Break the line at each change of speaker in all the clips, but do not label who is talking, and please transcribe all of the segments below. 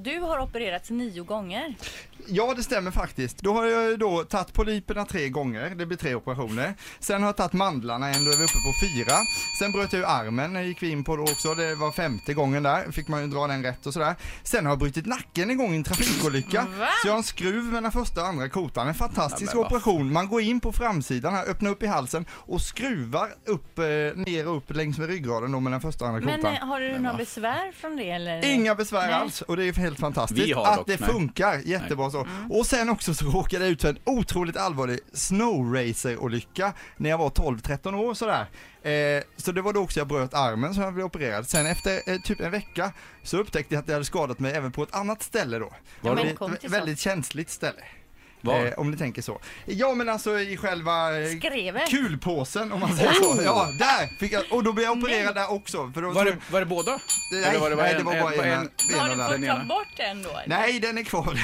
Du har opererats nio gånger.
Ja, det stämmer faktiskt. Då har jag ju då tagit polyperna tre gånger, det blir tre operationer. Sen har jag tagit mandlarna en, då är vi uppe på fyra. Sen bröt jag ju armen, gick vi in på då också, det var femte gången där, fick man ju dra den rätt och sådär. Sen har jag brutit nacken en gång i en trafikolycka. Så jag har en skruv mellan första och andra kotan, en fantastisk operation. Man går in på framsidan här, öppnar upp i halsen och skruvar upp, eh, ner och upp längs med ryggraden då mellan första och andra
Men
kotan.
eh, har du några besvär från det eller?
Inga besvär
Nej.
alls och det är helt
Vi
fantastiskt
har
att
dock,
det
nej.
funkar jättebra så.
Mm.
Och sen också så råkade jag ut för en otroligt allvarlig snowracer-olycka när jag var 12-13 år sådär. Eh, så det var då också jag bröt armen som jag blev opererad. Sen efter eh, typ en vecka så upptäckte jag att jag hade skadat mig även på ett annat ställe då.
Ja, men
Det är ett
kom till
vä- väldigt känsligt ställe.
Var?
Eh, om ni tänker så. Ja men alltså i själva eh,
Skrevet?
kulpåsen om man säger så. Ja, där fick jag, och då blev jag opererad där också. För då,
Var det, var det båda?
Nej,
Eller var det bara
nej,
en-
det var
en-
bara
en-
en. en
Har du
av
den
fått ta
ena.
bort den då? eller?
Nej, den är kvar.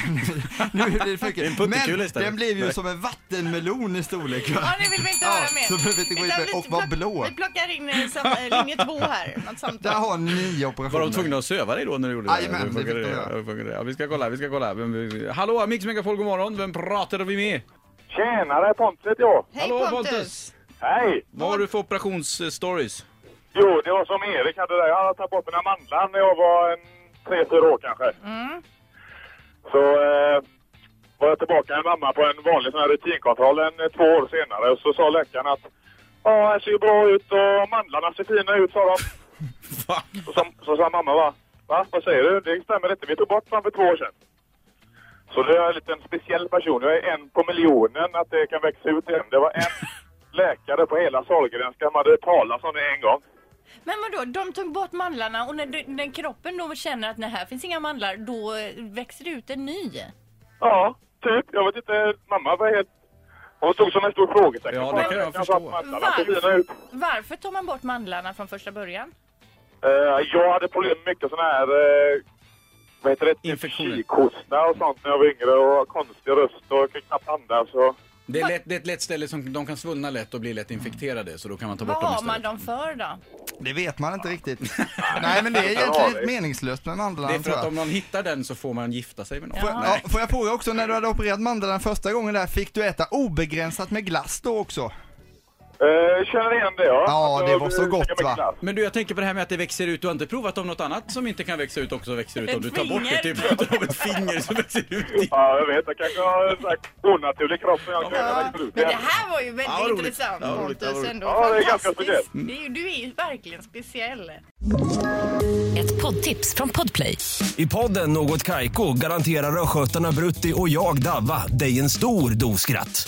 nu blir det
En
för
puttekula
Men
istället.
den blev ju
Nej.
som en vattenmelon i storlek. va?
Ja, det vill vi inte
Ja,
höra mer.
så behöver vi inte gå in
Utan
med-
vi
och vara
plock-
blå.
Vi plockar in eh, sam- eh, linje två här. Något samtal.
Där har ni nio operationer.
Var de tvungna att söva dig då när du gjorde
Jajamän,
det? Hur
det fick
funkar
de göra.
det? Hur funkar det? Ja, vi ska kolla, vi ska kolla. Vem, hallå, Mix Megapol, god morgon. Vem pratar vi med?
Tjenare Pontus ja!
Hej
Hallå
Pontus!
Hej!
Vad har du för operationsstories?
Jo, det var som Erik hade där. Jag hade tagit bort mina mandlar när jag var en, tre, fyra år kanske. Så eh, var jag tillbaka med mamma på en vanlig sån här rutinkontroll en, eh, två år senare och så sa läkaren att ja, här ser ju bra ut och mandlarna ser fina ut sa de.
Va?
Så, sa- så sa mamma va? Va? Vad säger du? Det stämmer inte. Vi tog bort dem för två år sedan. Så det är jag en liten speciell person. Jag är en på miljonen att det kan växa ut igen. Det var en läkare på hela Sahlgrenska. Man hade talat om det en gång.
Men vadå, de tog bort mandlarna och när, du, när kroppen då känner att nej, här finns inga mandlar, då eh, växer det ut en ny.
Ja, typ. Jag vet inte. Mamma var helt... Hon stod som en stor frågetecken.
Ja, det kan jag
sa att
förstå.
mandlarna ser fina ut.
Varför tar man bort mandlarna från första början?
Eh, jag hade problem med mycket sån här... eh, vad heter det? Typ
Infektioner.
Kikhosta och sånt när jag var yngre och konstig röst och kunde knappt andas. Och...
Det är, lätt, det är ett lätt ställe som de kan svullna lätt och bli lätt infekterade, så då kan man ta bort
Vad
dem
har
istället.
man dem för då?
Det vet man inte riktigt. Nej, men det är
Ja,
egentligen
det-
helt meningslöst med mandlarna.
Det är för
tror jag.
att om någon hittar den så får man gifta sig med någon.
Får, ja, får jag fråga också, när du hade opererat mandlarna första gången där, fick du äta obegränsat med glass då också?
Eh, känner igen det, ja.
Ja,
Att
det
jag
var så
fick
gott,
en
va?
glass.
Men du, jag tänker på det här med att det växer ut. Du har inte provat om något annat som inte kan växa ut också växer ut om du tar bort det.
Ett
Typ utav ett finger som växer ut.
Ja, jag vet. Jag kanske har en sån här onaturlig kropp som jag känner väldigt
men
bruten.
det här var ju väldigt
Ja, vad roligt.
intressant
Ja, vad roligt, ja, vad
Pontus
roligt.
ändå.
Ja, det är ganska
Fantastiskt. Det är ju- Du är ju verkligen speciell.
Ett poddtips från Podplay.
I podden Något Kaiko garanterar östgötarna Brutti och jag, Davva, dig en stor dos skratt.